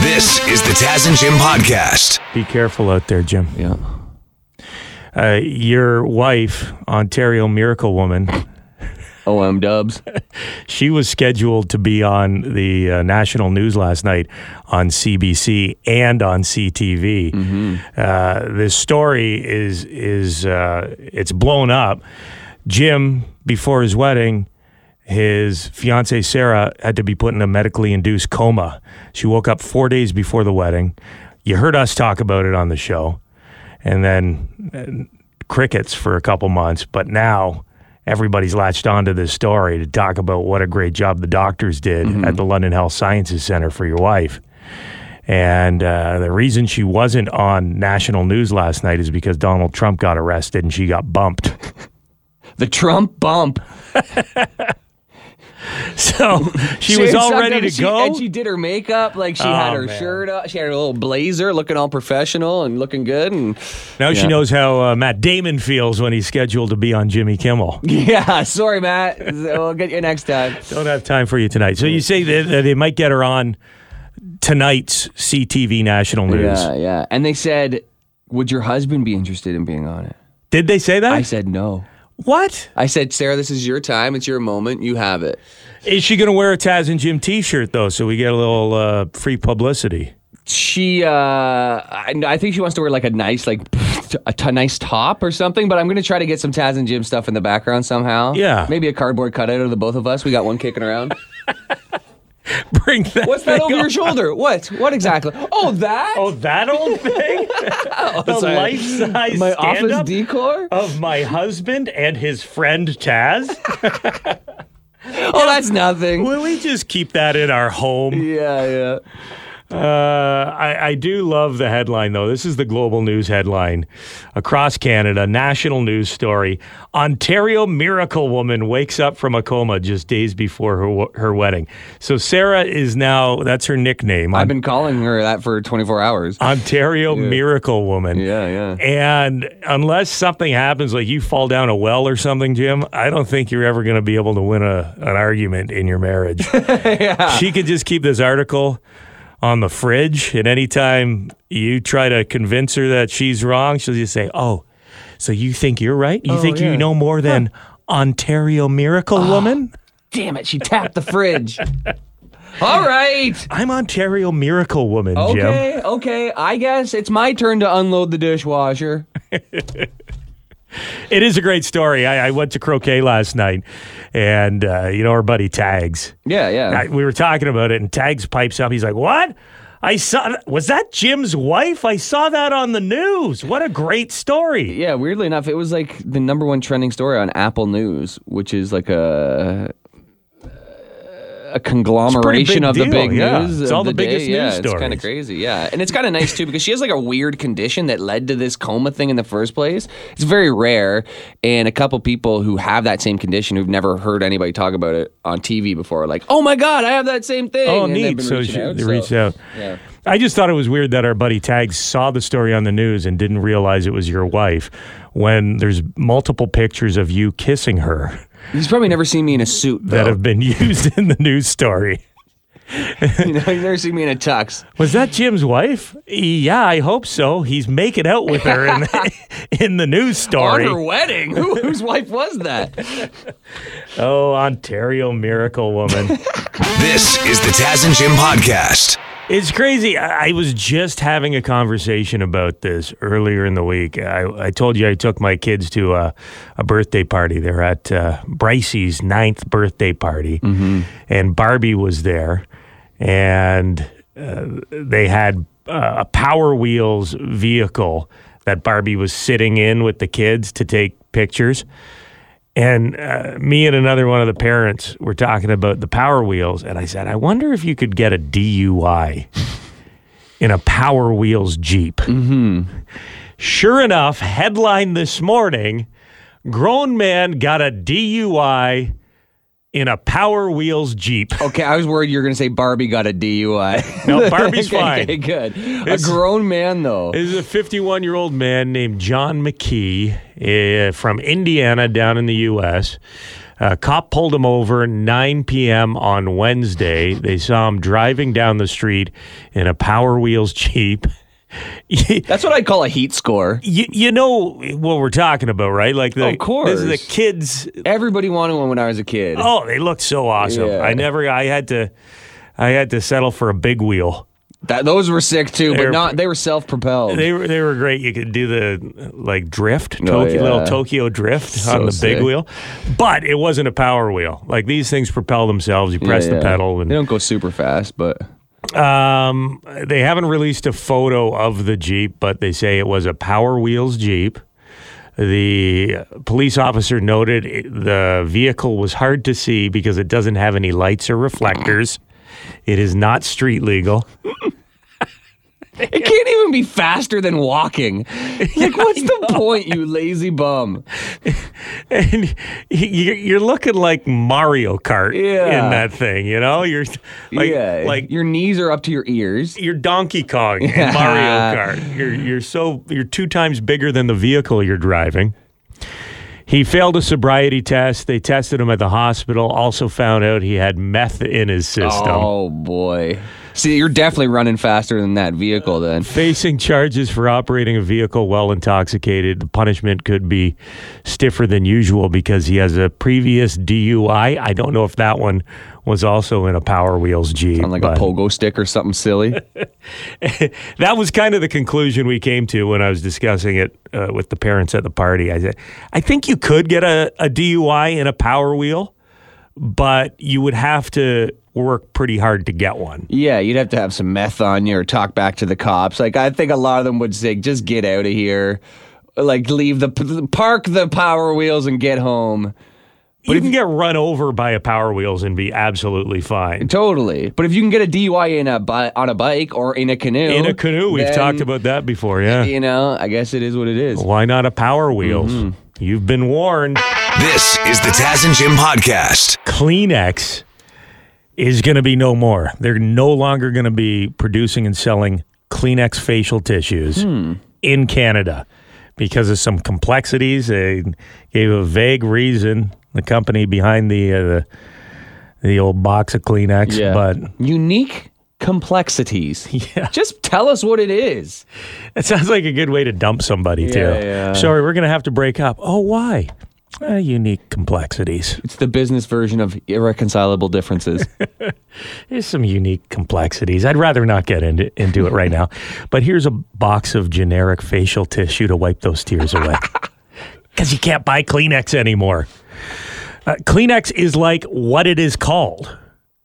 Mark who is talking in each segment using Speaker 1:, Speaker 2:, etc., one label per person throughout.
Speaker 1: This is the Taz and Jim podcast.
Speaker 2: Be careful out there, Jim.
Speaker 3: Yeah.
Speaker 2: Uh, your wife, Ontario Miracle Woman,
Speaker 3: OM dubs.
Speaker 2: she was scheduled to be on the uh, national news last night on CBC and on CTV. Uh, this story is is uh, it's blown up. Jim, before his wedding, his fiancee Sarah had to be put in a medically induced coma. She woke up four days before the wedding. You heard us talk about it on the show, and then uh, crickets for a couple months. But now everybody's latched onto this story to talk about what a great job the doctors did
Speaker 3: Mm-hmm.
Speaker 2: at the London Health Sciences Center for your wife. And uh, the reason she wasn't on national news last night is because Donald Trump got arrested and she got bumped.
Speaker 3: The Trump bump.
Speaker 2: So she was all ready to
Speaker 3: she,
Speaker 2: go.
Speaker 3: And she did her makeup. Like she had
Speaker 2: Oh,
Speaker 3: her
Speaker 2: man.
Speaker 3: shirt up. She had her little blazer looking all professional and looking good. And
Speaker 2: Now she
Speaker 3: Yeah.
Speaker 2: knows how uh, Matt Damon feels when he's scheduled to be on Jimmy Kimmel.
Speaker 3: yeah, sorry, Matt. we'll get you next time.
Speaker 2: Don't have time for you tonight. So you say that, that they might get her on tonight's CTV national news.
Speaker 3: Yeah, yeah. And they said, Would your husband be interested in being on it?
Speaker 2: Did they say that?
Speaker 3: I said, No.
Speaker 2: what?
Speaker 3: I said, Sarah, this is your time. It's your moment. You have it.
Speaker 2: Is she going to wear a Taz and Jim T-shirt though? So we get a little uh, free publicity.
Speaker 3: She, uh, I, I think she wants to wear like a nice, like a t- nice top or something. But I'm gonna try to get some Taz and Jim stuff in the background somehow.
Speaker 2: Yeah.
Speaker 3: maybe a cardboard cutout of the both of us. We got one kicking around.
Speaker 2: Bring that.
Speaker 3: What's that
Speaker 2: thing
Speaker 3: over your
Speaker 2: on.
Speaker 3: shoulder? What? What exactly? Oh, that.
Speaker 2: Oh, that old thing. the
Speaker 3: Oh, sorry.
Speaker 2: life-size
Speaker 3: my office
Speaker 2: stand-up
Speaker 3: decor. Oh,
Speaker 2: of my husband and his friend Taz.
Speaker 3: that's nothing.
Speaker 2: Will we just keep that in our home?
Speaker 3: Yeah, yeah.
Speaker 2: Uh, I, I do love the headline, though. This is the global news headline across Canada, national news story. Ontario miracle woman wakes up from a coma just days before her w- her wedding. So Sarah is now that's her nickname.
Speaker 3: I've been calling her that for 24
Speaker 2: Uh,
Speaker 3: hours.
Speaker 2: Ontario miracle woman.
Speaker 3: Yeah, yeah.
Speaker 2: eh. And unless something happens, like you fall down a well or something, Jim, I don't think you're ever going to be able to win a, an argument in your marriage. She could just keep this article on the fridge, and anytime you try to convince her that she's wrong, she'll just say, "Oh, so you think you're right? You think you know more than Ontario Miracle Woman?
Speaker 3: Damn it, she tapped the fridge. All right.
Speaker 2: I'm Ontario Miracle Woman, Jim."
Speaker 3: Okay, okay. I guess it's my turn to unload the dishwasher.
Speaker 2: It is a great story. I, I went to croquet last night, and uh, you know our buddy Tags.
Speaker 3: Yeah, yeah.
Speaker 2: I, we were talking about it, and Tags pipes up. He's like, "What? I saw. Was that Jim's wife? I saw that on the news. What a great story!
Speaker 3: yeah, weirdly enough, it was like the number one trending story on Apple News, which is like a a conglomeration of the
Speaker 2: deal,
Speaker 3: big
Speaker 2: yeah.
Speaker 3: news.
Speaker 2: It's
Speaker 3: of
Speaker 2: all the
Speaker 3: day.
Speaker 2: biggest
Speaker 3: yeah,
Speaker 2: news
Speaker 3: It's kind
Speaker 2: stories.
Speaker 3: of crazy, yeah. And it's kind of nice too because she has like a weird condition that led to this coma thing in the first place. It's very rare, and a couple people who have that same condition who've never heard anybody talk about it on TV before are like, "Oh my god, I have that same thing."
Speaker 2: Oh,
Speaker 3: and they've
Speaker 2: neat.
Speaker 3: been
Speaker 2: So
Speaker 3: reaching
Speaker 2: she,
Speaker 3: out,
Speaker 2: they
Speaker 3: so-
Speaker 2: reached out.
Speaker 3: Yeah.
Speaker 2: I just thought it was weird that our buddy Tags saw the story on the news and didn't realize it was your wife. When there's multiple pictures of you kissing her
Speaker 3: He's probably never seen me in a suit. Though.
Speaker 2: that have been used in the news story.
Speaker 3: you know, he's never seen me in a tux.
Speaker 2: Was that Jim's wife? Yeah, I hope so. He's making out with her in the, in the news
Speaker 3: On
Speaker 2: story.
Speaker 3: her wedding, Who, whose wife was that?
Speaker 2: Oh, Ontario miracle woman.
Speaker 1: This is the Taz and Jim podcast.
Speaker 2: It's crazy. I I was just having a conversation about this earlier in the week. I, I told you I took my kids to a, a birthday party. They're at uh, Brycey's ninth birthday party, and Barbie was there, and uh, they had uh, a Power Wheels vehicle that Barbie was sitting in with the kids to take pictures. And uh, me and another one of the parents were talking about the Power Wheels, and I said, I wonder if you could get a DUI in a Power Wheels Jeep. Mm-hmm. Sure enough, headline this morning grown man got a DUI in a Power Wheels Jeep.
Speaker 3: Okay, I was worried you were going to say Barbie got a DUI.
Speaker 2: No, Barbie's
Speaker 3: okay,
Speaker 2: fine.
Speaker 3: Okay, good.
Speaker 2: It's-
Speaker 3: a grown man, though.
Speaker 2: This is a 51 year old eh, man named John McKee uh, from Indiana down in the U.S. A cop pulled him over 9 p.m. on Wednesday. They saw him driving down the street in a Power Wheels Jeep.
Speaker 3: That's what I call a heat score.
Speaker 2: You, you know what we're talking about, right? Like the
Speaker 3: Of course.
Speaker 2: this is the kids.
Speaker 3: Everybody wanted one when I was a kid.
Speaker 2: Oh, they looked so awesome.
Speaker 3: Yeah.
Speaker 2: I never. I had to. I had to settle for a big wheel.
Speaker 3: That, those were sick too, but
Speaker 2: They're-
Speaker 3: not they were self propelled.
Speaker 2: They were they were great. You could do the like drift,
Speaker 3: Oh,
Speaker 2: Tokyo, little
Speaker 3: yeah.
Speaker 2: Tokyo drift
Speaker 3: So
Speaker 2: on the
Speaker 3: sick.
Speaker 2: big wheel, but it wasn't a power wheel. Like these things propel themselves. You press the pedal, and
Speaker 3: They don't go super fast, but
Speaker 2: Um, they haven't released a photo of the Jeep, but they say it was a Power Wheels Jeep. The police officer noted it, the vehicle was hard to see because it doesn't have any lights or reflectors. It is not street legal.
Speaker 3: it can't even be faster than walking. Like, what's the point, you lazy bum?
Speaker 2: And you- you're looking like Mario Kart
Speaker 3: Yeah.
Speaker 2: in that thing, you know? You're like,
Speaker 3: yeah,
Speaker 2: like
Speaker 3: your knees are up to your ears.
Speaker 2: you're Donkey Kong in Mario Kart. You're you're so you're two times bigger than the vehicle you're driving. He failed a sobriety test. They tested him at the hospital. Also found out he had meth in his system.
Speaker 3: Oh boy! See, you're definitely running faster than that vehicle. Then
Speaker 2: Facing charges for operating a vehicle while intoxicated, the punishment could be stiffer than usual because he has a previous DUI. I don't know if that one was also in a Power Wheels Jeep.
Speaker 3: on like
Speaker 2: but-
Speaker 3: a pogo stick or something silly.
Speaker 2: that was kind of the conclusion we came to when I was discussing it uh, with the parents at the party. I said, I think you could get a, a DUI in a power wheel, but you would have to work pretty hard to get one.
Speaker 3: Yeah, you'd have to have some meth on you or talk back to the cops. Like I think a lot of them would say, "Just get out of here." Like leave the p- park the power wheels and get home.
Speaker 2: you can get run over by a power wheels and be absolutely fine.
Speaker 3: Totally. But if you can get a DUI in a bi- on a bike or in a canoe,
Speaker 2: In a canoe, we've
Speaker 3: then,
Speaker 2: talked about Oh. that before, yeah.
Speaker 3: You know, I guess it is what it is.
Speaker 2: Why not a power wheels? You've been warned.
Speaker 1: This is the Taz and Jim podcast.
Speaker 2: Kleenex is going to be no more. They're no longer going to be producing and selling Kleenex facial tissues in Canada because of some complexities. They gave a vague reason. The company behind the uh, the, the old box of Kleenex, but
Speaker 3: unique complexities. Yeah. Just tell us what it is.
Speaker 2: it sounds like a good way to dump somebody too.
Speaker 3: yeah.
Speaker 2: Sorry, we're going to have to break up. Oh, why? Uh, unique complexities.
Speaker 3: It's the business version of irreconcilable differences.
Speaker 2: There's some unique complexities. I'd rather not get into, into it right now. But here's a box of generic facial tissue to wipe those tears away. Because you can't buy Kleenex anymore. Uh, Kleenex is like what it is called.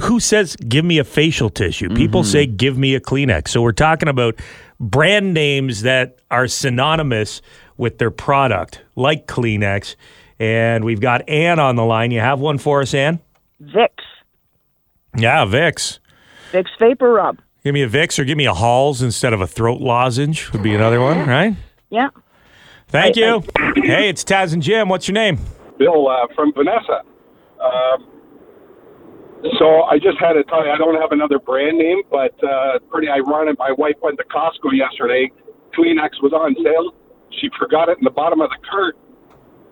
Speaker 2: Who says, give me a facial tissue? People say, give me a Kleenex. So we're talking about brand names that are synonymous with their product, like Kleenex. And we've got Ann on the line. You have one for us, Ann?
Speaker 4: Vicks.
Speaker 2: Yeah, Vicks.
Speaker 4: Vicks Vapor Rub.
Speaker 2: Give me a Vicks or give me a Halls instead of a throat lozenge would be another one, right?
Speaker 4: Yeah.
Speaker 2: Thank you. Hey, it's Taz and Jim. What's your name?
Speaker 5: Bill uh, from Vanessa. Um, so I just had to tell you, I don't have another brand name, but uh, pretty ironic. My wife went to Costco yesterday. Kleenex was on sale. She forgot it in the bottom of the cart.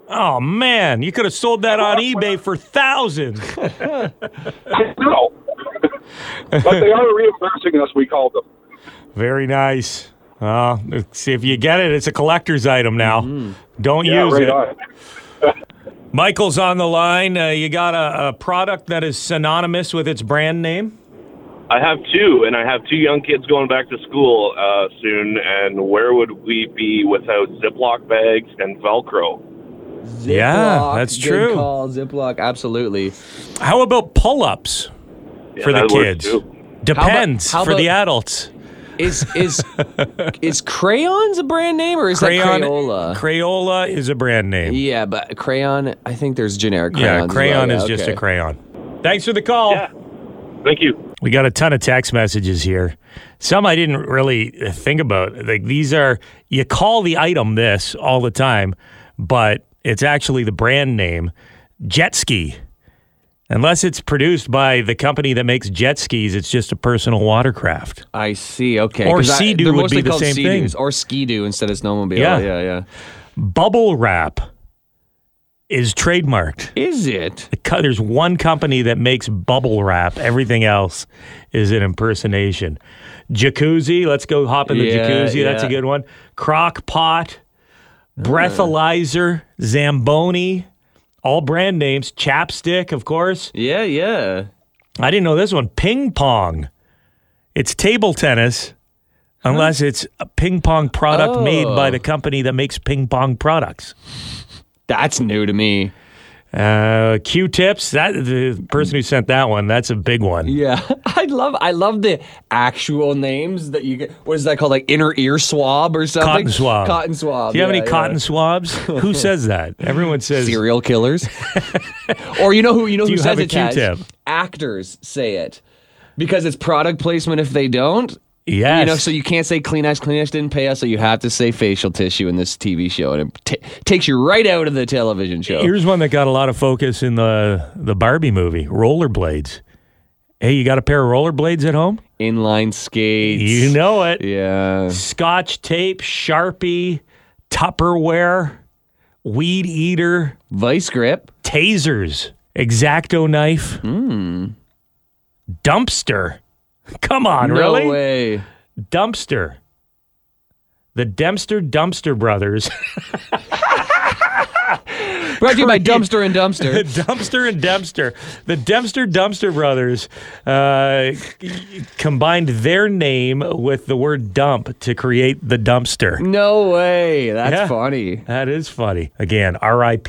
Speaker 2: Oh man, you could have sold that on eBay for thousands.
Speaker 5: No. but they are reimbursing us, we called them.
Speaker 2: Very nice. Uh, see if you get it, it's a collector's item now.
Speaker 6: Mm-hmm.
Speaker 2: Don't
Speaker 5: Yeah,
Speaker 2: use
Speaker 5: right
Speaker 2: it.
Speaker 5: on.
Speaker 2: Michael's on the line. Uh, you got a, a product that is synonymous with its brand name.
Speaker 6: I have two, and I have two young kids going back to school uh, soon. And where would we be without Ziploc bags and Velcro?
Speaker 2: Yeah,
Speaker 3: Ziploc,
Speaker 2: that's
Speaker 3: good
Speaker 2: true.
Speaker 3: Call, Ziploc, absolutely.
Speaker 2: How about pull-ups
Speaker 6: Yeah,
Speaker 2: for the
Speaker 6: that works,
Speaker 2: kids?
Speaker 6: too.
Speaker 2: Depends
Speaker 3: how
Speaker 2: for
Speaker 3: about-
Speaker 2: the adults.
Speaker 3: Is is is crayons a brand name or is
Speaker 2: Crayon
Speaker 3: that Crayola?
Speaker 2: Crayola is a brand name.
Speaker 3: yeah, but crayon. I think there's generic crayons.
Speaker 2: Yeah,
Speaker 3: as
Speaker 2: crayon is
Speaker 3: well. Yeah,
Speaker 2: just a
Speaker 3: okay.
Speaker 2: crayon. Thanks for the call.
Speaker 6: Yeah. Thank you.
Speaker 2: We got a ton of text messages here. Some I didn't really think about. Like these are you call the item this all the time, but it's actually the brand name jet ski. Unless it's produced by the company that makes jet skis, it's just a personal watercraft.
Speaker 3: I see. Okay.
Speaker 2: Or
Speaker 3: 'Cause I-
Speaker 2: Sea-Doo
Speaker 3: they're
Speaker 2: would
Speaker 3: mostly
Speaker 2: be the
Speaker 3: called
Speaker 2: same
Speaker 3: Sea-Doos
Speaker 2: thing.
Speaker 3: Or ski doo instead of snowmobile.
Speaker 2: Yeah.
Speaker 3: Yeah. Yeah.
Speaker 2: Bubble wrap is trademarked.
Speaker 3: Is it?
Speaker 2: The co- There's one company that makes bubble wrap. Everything else is an impersonation. Jacuzzi, let's go hop in the
Speaker 3: Yeah,
Speaker 2: jacuzzi. That's a
Speaker 3: yeah.
Speaker 2: good one. Crock pot, breathalyzer, Zamboni, all brand names. Chapstick, of course.
Speaker 3: Yeah, yeah.
Speaker 2: I didn't know this one. Ping pong. It's table tennis, unless it's a ping pong product made by
Speaker 3: Oh.
Speaker 2: the company that makes ping pong products.
Speaker 3: That's new to me.
Speaker 2: Uh, Q-tips. That the person who sent that one. That's a big one.
Speaker 3: Yeah, I love I love the actual names that you get. What is that called? Like inner ear swab or something?
Speaker 2: Cotton swab.
Speaker 3: Cotton swab.
Speaker 2: Do you have
Speaker 3: yeah,
Speaker 2: any
Speaker 3: yeah.
Speaker 2: cotton swabs? Who says that? Everyone says.
Speaker 3: serial killers? or you know who you know
Speaker 2: Do
Speaker 3: who
Speaker 2: you
Speaker 3: says
Speaker 2: have a
Speaker 3: it? Taz?
Speaker 2: Q-tip?
Speaker 3: Actors say it because it's product placement. If they don't,
Speaker 2: Yes.
Speaker 3: You know, so you can't say Kleenex. Kleenex didn't pay us, so you have to say facial tissue in this TV show, and it t- takes you right out of the television show.
Speaker 2: Here's one that got a lot of focus in the the Barbie movie. Rollerblades. Hey, you got a pair of rollerblades at home?
Speaker 3: Inline skates.
Speaker 2: You know it.
Speaker 3: Yeah.
Speaker 2: Scotch tape, Sharpie, Tupperware, weed eater,
Speaker 3: Vice grip.
Speaker 2: tasers, exacto knife,
Speaker 3: Hmm.
Speaker 2: dumpster. Come on, really?
Speaker 3: No way.
Speaker 2: Dumpster. The Dempster Dumpster Brothers.
Speaker 3: Brought to you by Dumpster and Dumpster.
Speaker 2: The dumpster and Dempster. The Dempster Dumpster Brothers uh, c- combined their name with the word dump to create the dumpster.
Speaker 3: No way. That's
Speaker 2: Yeah.
Speaker 3: funny.
Speaker 2: That is funny. Again, RIP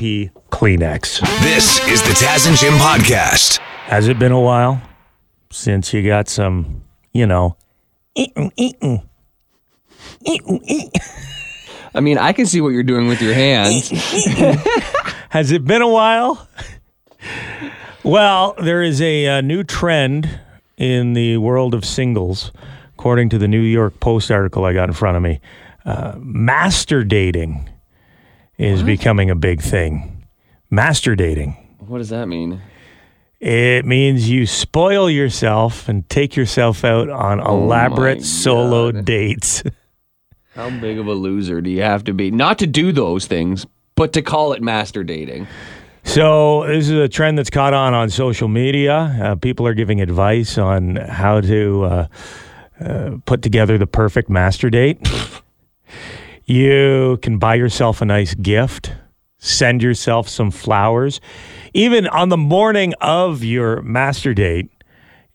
Speaker 2: Kleenex.
Speaker 1: This is the Taz and Jim podcast.
Speaker 2: Has it been a while since you got some, you know, eatin', eatin', eatin', eatin'?
Speaker 3: I mean, I can see what you're doing with your hands.
Speaker 2: Has it been a while? well, there is a, uh new trend in the world of singles, according to the New York Post article I got in front of me. Uh, master dating is becoming a big thing. Master dating.
Speaker 3: what does that mean?
Speaker 2: It means you spoil yourself and take yourself out on elaborate solo dates.
Speaker 3: How big of a loser do you have to be? Not to do those things, but to call it master dating.
Speaker 2: So this is a trend that's caught on on social media. Uh, people are giving advice on how to uh, uh, put together the perfect master date. you can buy yourself a nice gift, send yourself some flowers, even on the morning of your master date.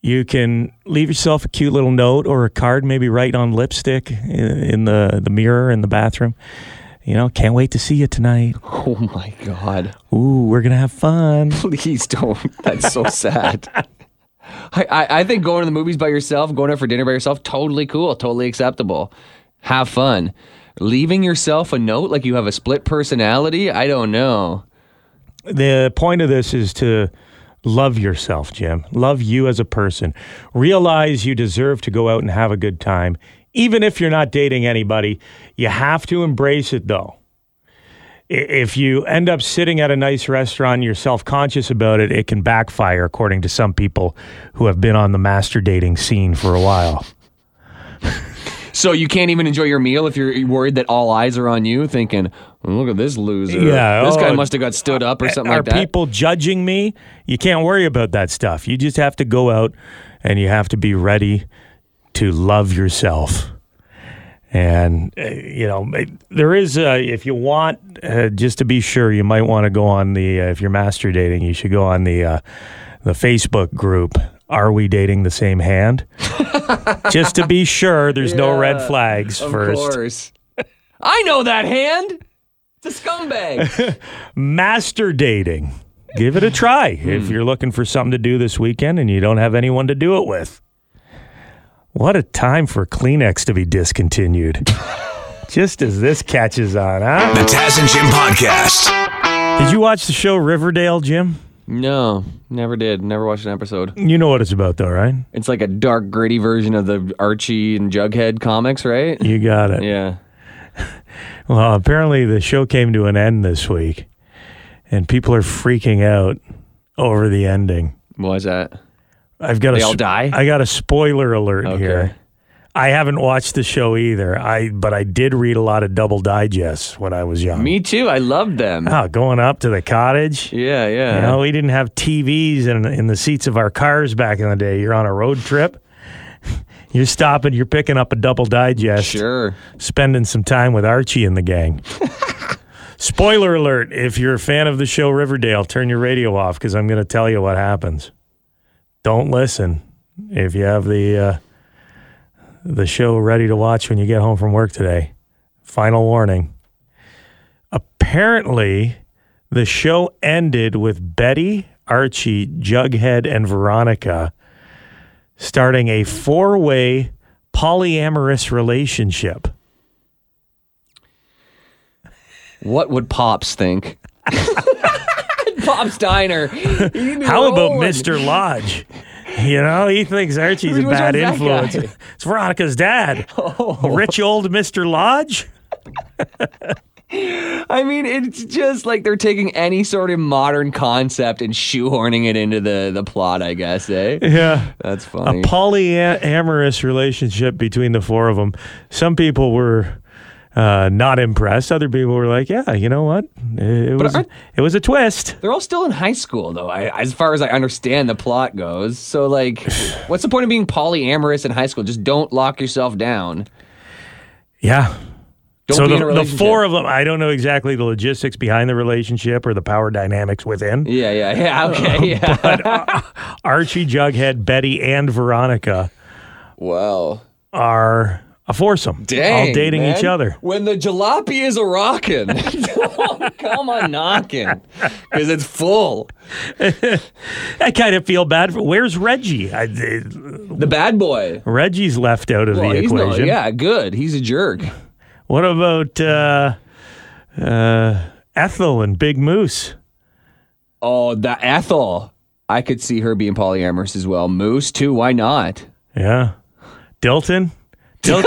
Speaker 2: You can leave yourself a cute little note or a card, maybe write on lipstick in, in the, the mirror in the bathroom. You know, can't wait to see you tonight.
Speaker 3: Oh my God.
Speaker 2: Ooh, we're going to have fun.
Speaker 3: Please don't. That's so sad. I, I, I think going to the movies by yourself, going out for dinner by yourself, totally cool, totally acceptable. Have fun. Leaving yourself a note like you have a split personality, I don't know.
Speaker 2: the point of this is to love yourself, Jim. Love you as a person. Realize you deserve to go out and have a good time. Even if you're not dating anybody, you have to embrace it though. I- If you end up sitting at a nice restaurant and you're self conscious about it, it can backfire, according to some people who have been on the master dating scene for a while.
Speaker 3: So you can't even enjoy your meal if you're worried that all eyes are on you, thinking, "Look at this loser!
Speaker 2: Yeah,
Speaker 3: this guy
Speaker 2: oh,
Speaker 3: must have got stood up or something
Speaker 2: are
Speaker 3: like that."
Speaker 2: people judging me? You can't worry about that stuff. You just have to go out and you have to be ready to love yourself. And, uh, you know, it- there is, uh, if you want, uh, just to be sure, you might want to go on the, uh, if you're master dating, you should go on the, uh, the Facebook group. Are we dating the same hand? just to be sure there's no red flags
Speaker 3: of
Speaker 2: first.
Speaker 3: course, I know that hand. It's a scumbag.
Speaker 2: master dating. Give it a try if you're looking for something to do this weekend and you don't have anyone to do it with. What a time for Kleenex to be discontinued. Just as this catches on, huh?
Speaker 1: The Taz and Jim podcast.
Speaker 2: Did you watch the show Riverdale, Jim?
Speaker 3: no, never did. Never watched an episode.
Speaker 2: You know what it's about, though, right?
Speaker 3: It's like a dark, gritty version of the Archie and Jughead comics, right?
Speaker 2: You got it.
Speaker 3: Yeah.
Speaker 2: Well, apparently the show came to an end this week, and people are freaking out over the ending.
Speaker 3: Why is that?
Speaker 2: I've got
Speaker 3: They
Speaker 2: a
Speaker 3: all die?
Speaker 2: I got a spoiler alert
Speaker 3: Okay.
Speaker 2: here. I haven't watched the show either. I but I did read a lot of double digests when I was young.
Speaker 3: Me too. I loved them.
Speaker 2: Oh, going up to the cottage.
Speaker 3: Yeah, yeah.
Speaker 2: You know, we didn't have TVs in, in the seats of our cars back in the day. You're on a road trip. You're stopping. You're picking up a double digest.
Speaker 3: Sure.
Speaker 2: Spending some time with Archie and the gang. Spoiler alert! If you're a fan of the show Riverdale, turn your radio off because I'm going to tell you what happens. Don't listen if you have the uh, the show ready to watch when you get home from work today. Final warning. Apparently, the show ended with Betty, Archie, Jughead, and Veronica starting a four way polyamorous relationship.
Speaker 3: What would Pops think? Pops Diner. He'd be
Speaker 2: How about
Speaker 3: rolling.
Speaker 2: Mr. Lodge? You know, he thinks Archie's a
Speaker 3: Who's
Speaker 2: bad
Speaker 3: that
Speaker 2: influence.
Speaker 3: guy? Oh.
Speaker 2: It's Veronica's dad. Rich old Mr. Lodge?
Speaker 3: I mean, it's just like they're taking any sort of modern concept and shoehorning it into the, the plot, I guess, eh?
Speaker 2: Yeah.
Speaker 3: That's
Speaker 2: a
Speaker 3: funny.
Speaker 2: polyamorous relationship between the four of them. Some people were uh, not impressed. Other people were like, "Yeah, you know what? It, it was
Speaker 3: aren't-
Speaker 2: it was a twist."
Speaker 3: They're all still in high school, though, I, as far as I understand the plot goes. So, like, what's the point of being polyamorous in high school? Just don't lock yourself down.
Speaker 2: Yeah.
Speaker 3: Don't
Speaker 2: so
Speaker 3: be
Speaker 2: the,
Speaker 3: in a
Speaker 2: the
Speaker 3: relationship.
Speaker 2: four of them, I don't know exactly the logistics behind the relationship or the power dynamics within.
Speaker 3: Yeah, yeah, yeah. Okay, yeah.
Speaker 2: Archie, Jughead, Betty, and Veronica
Speaker 3: wow.
Speaker 2: are a foursome,
Speaker 3: Dang.
Speaker 2: all dating
Speaker 3: man.
Speaker 2: each other.
Speaker 3: When the jalopy is a rockin', don't come a knocking because it's full.
Speaker 2: I kind of feel bad. For, where's Reggie? I, I-
Speaker 3: The bad boy.
Speaker 2: Reggie's left out of
Speaker 3: Well,
Speaker 2: the
Speaker 3: he's
Speaker 2: equation.
Speaker 3: not, yeah, good. He's a jerk.
Speaker 2: What about uh, uh, Ethel and Big Moose?
Speaker 3: Oh, the Ethel. I could see her being polyamorous as well. Moose too. Why not?
Speaker 2: Yeah. Dilton? Dil-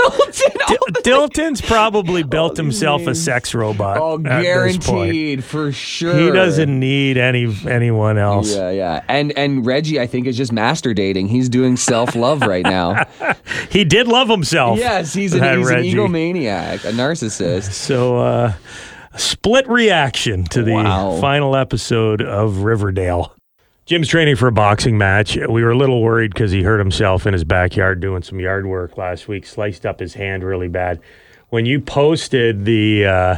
Speaker 2: Dilton's probably built himself a sex robot.
Speaker 3: Oh,
Speaker 2: at this point.
Speaker 3: guaranteed for sure.
Speaker 2: He doesn't need any anyone else.
Speaker 3: Yeah, yeah, and and Reggie, I think is just master dating. He's doing self love right now.
Speaker 2: He did love himself.
Speaker 3: yes, he's an,
Speaker 2: That
Speaker 3: he's an
Speaker 2: Reggie.
Speaker 3: egomaniac, a narcissist.
Speaker 2: So, uh, split reaction to the
Speaker 3: Wow.
Speaker 2: final episode of Riverdale. Jim's training for a boxing match. We were a little worried because he hurt himself in his backyard doing some yard work last week, sliced up his hand really bad. When you posted the uh,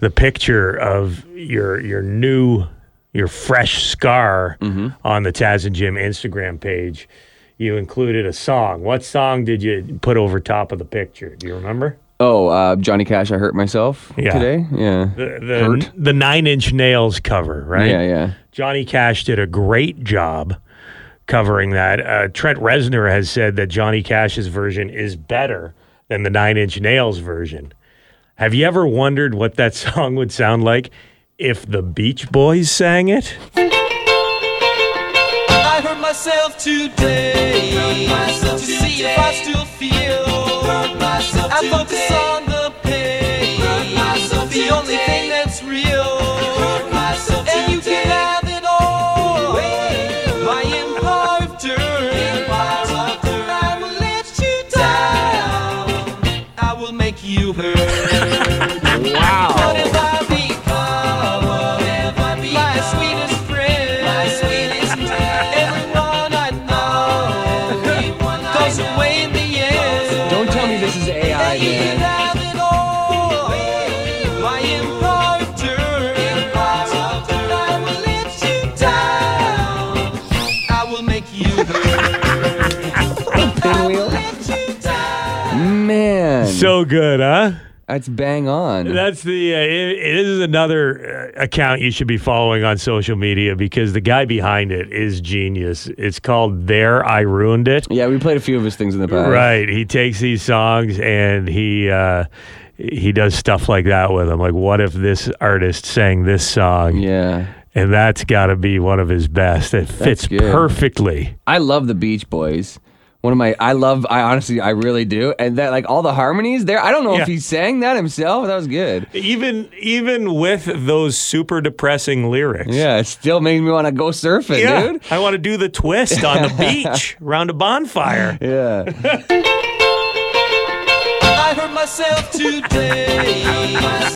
Speaker 2: the picture of your your new your fresh scar on the Taz and Jim Instagram page, you included a song. What song did you put over top of the picture? Do you remember?
Speaker 3: Oh, uh, Johnny Cash, I hurt myself
Speaker 2: Yeah.
Speaker 3: today. Yeah.
Speaker 2: the the, the nine inch nails cover, right?
Speaker 3: Yeah, yeah.
Speaker 2: Johnny Cash did a great job covering that. Uh, Trent Reznor has said that Johnny Cash's version is better than the nine inch nails version. Have you ever wondered what that song would sound like if the Beach Boys sang it?
Speaker 4: I hurt myself today. to see if I still feel. I focus on the pain. the only thing that's real. and you can have it all. My empire of dirt. I will let you down. I will make you hurt. What
Speaker 3: Wow.
Speaker 4: if I become my sweetest friend? Everyone I know goes away in the end.
Speaker 3: Don't tell me this is AI,
Speaker 4: You can
Speaker 3: man.
Speaker 4: have it all. My empire of dirt. I will let you down. I will make you hurt.
Speaker 3: Pinwheel.
Speaker 4: Let you down.
Speaker 3: Man.
Speaker 2: So good, huh?
Speaker 3: that's bang on.
Speaker 2: That's the. Uh, it, it is another uh, account you should be following on social media because the guy behind it is genius. It's called "There I Ruined It."
Speaker 3: yeah, we played a few of his things in the past.
Speaker 2: Right. He takes these songs and he uh, he does stuff like that with them. Like, what if this artist sang this song?
Speaker 3: Yeah.
Speaker 2: And that's got to be one of his best. It fits
Speaker 3: good.
Speaker 2: perfectly.
Speaker 3: I love the Beach Boys. One of my, I love, I honestly, I really do. And that, like, all the harmonies there, I don't know
Speaker 2: Yeah.
Speaker 3: if he sang that himself. That was good.
Speaker 2: Even even with those super depressing lyrics.
Speaker 3: Yeah, it still made me want to go surfing,
Speaker 2: Yeah.
Speaker 3: dude.
Speaker 2: I want to do the twist on the beach around a bonfire.
Speaker 3: Yeah.
Speaker 4: myself today.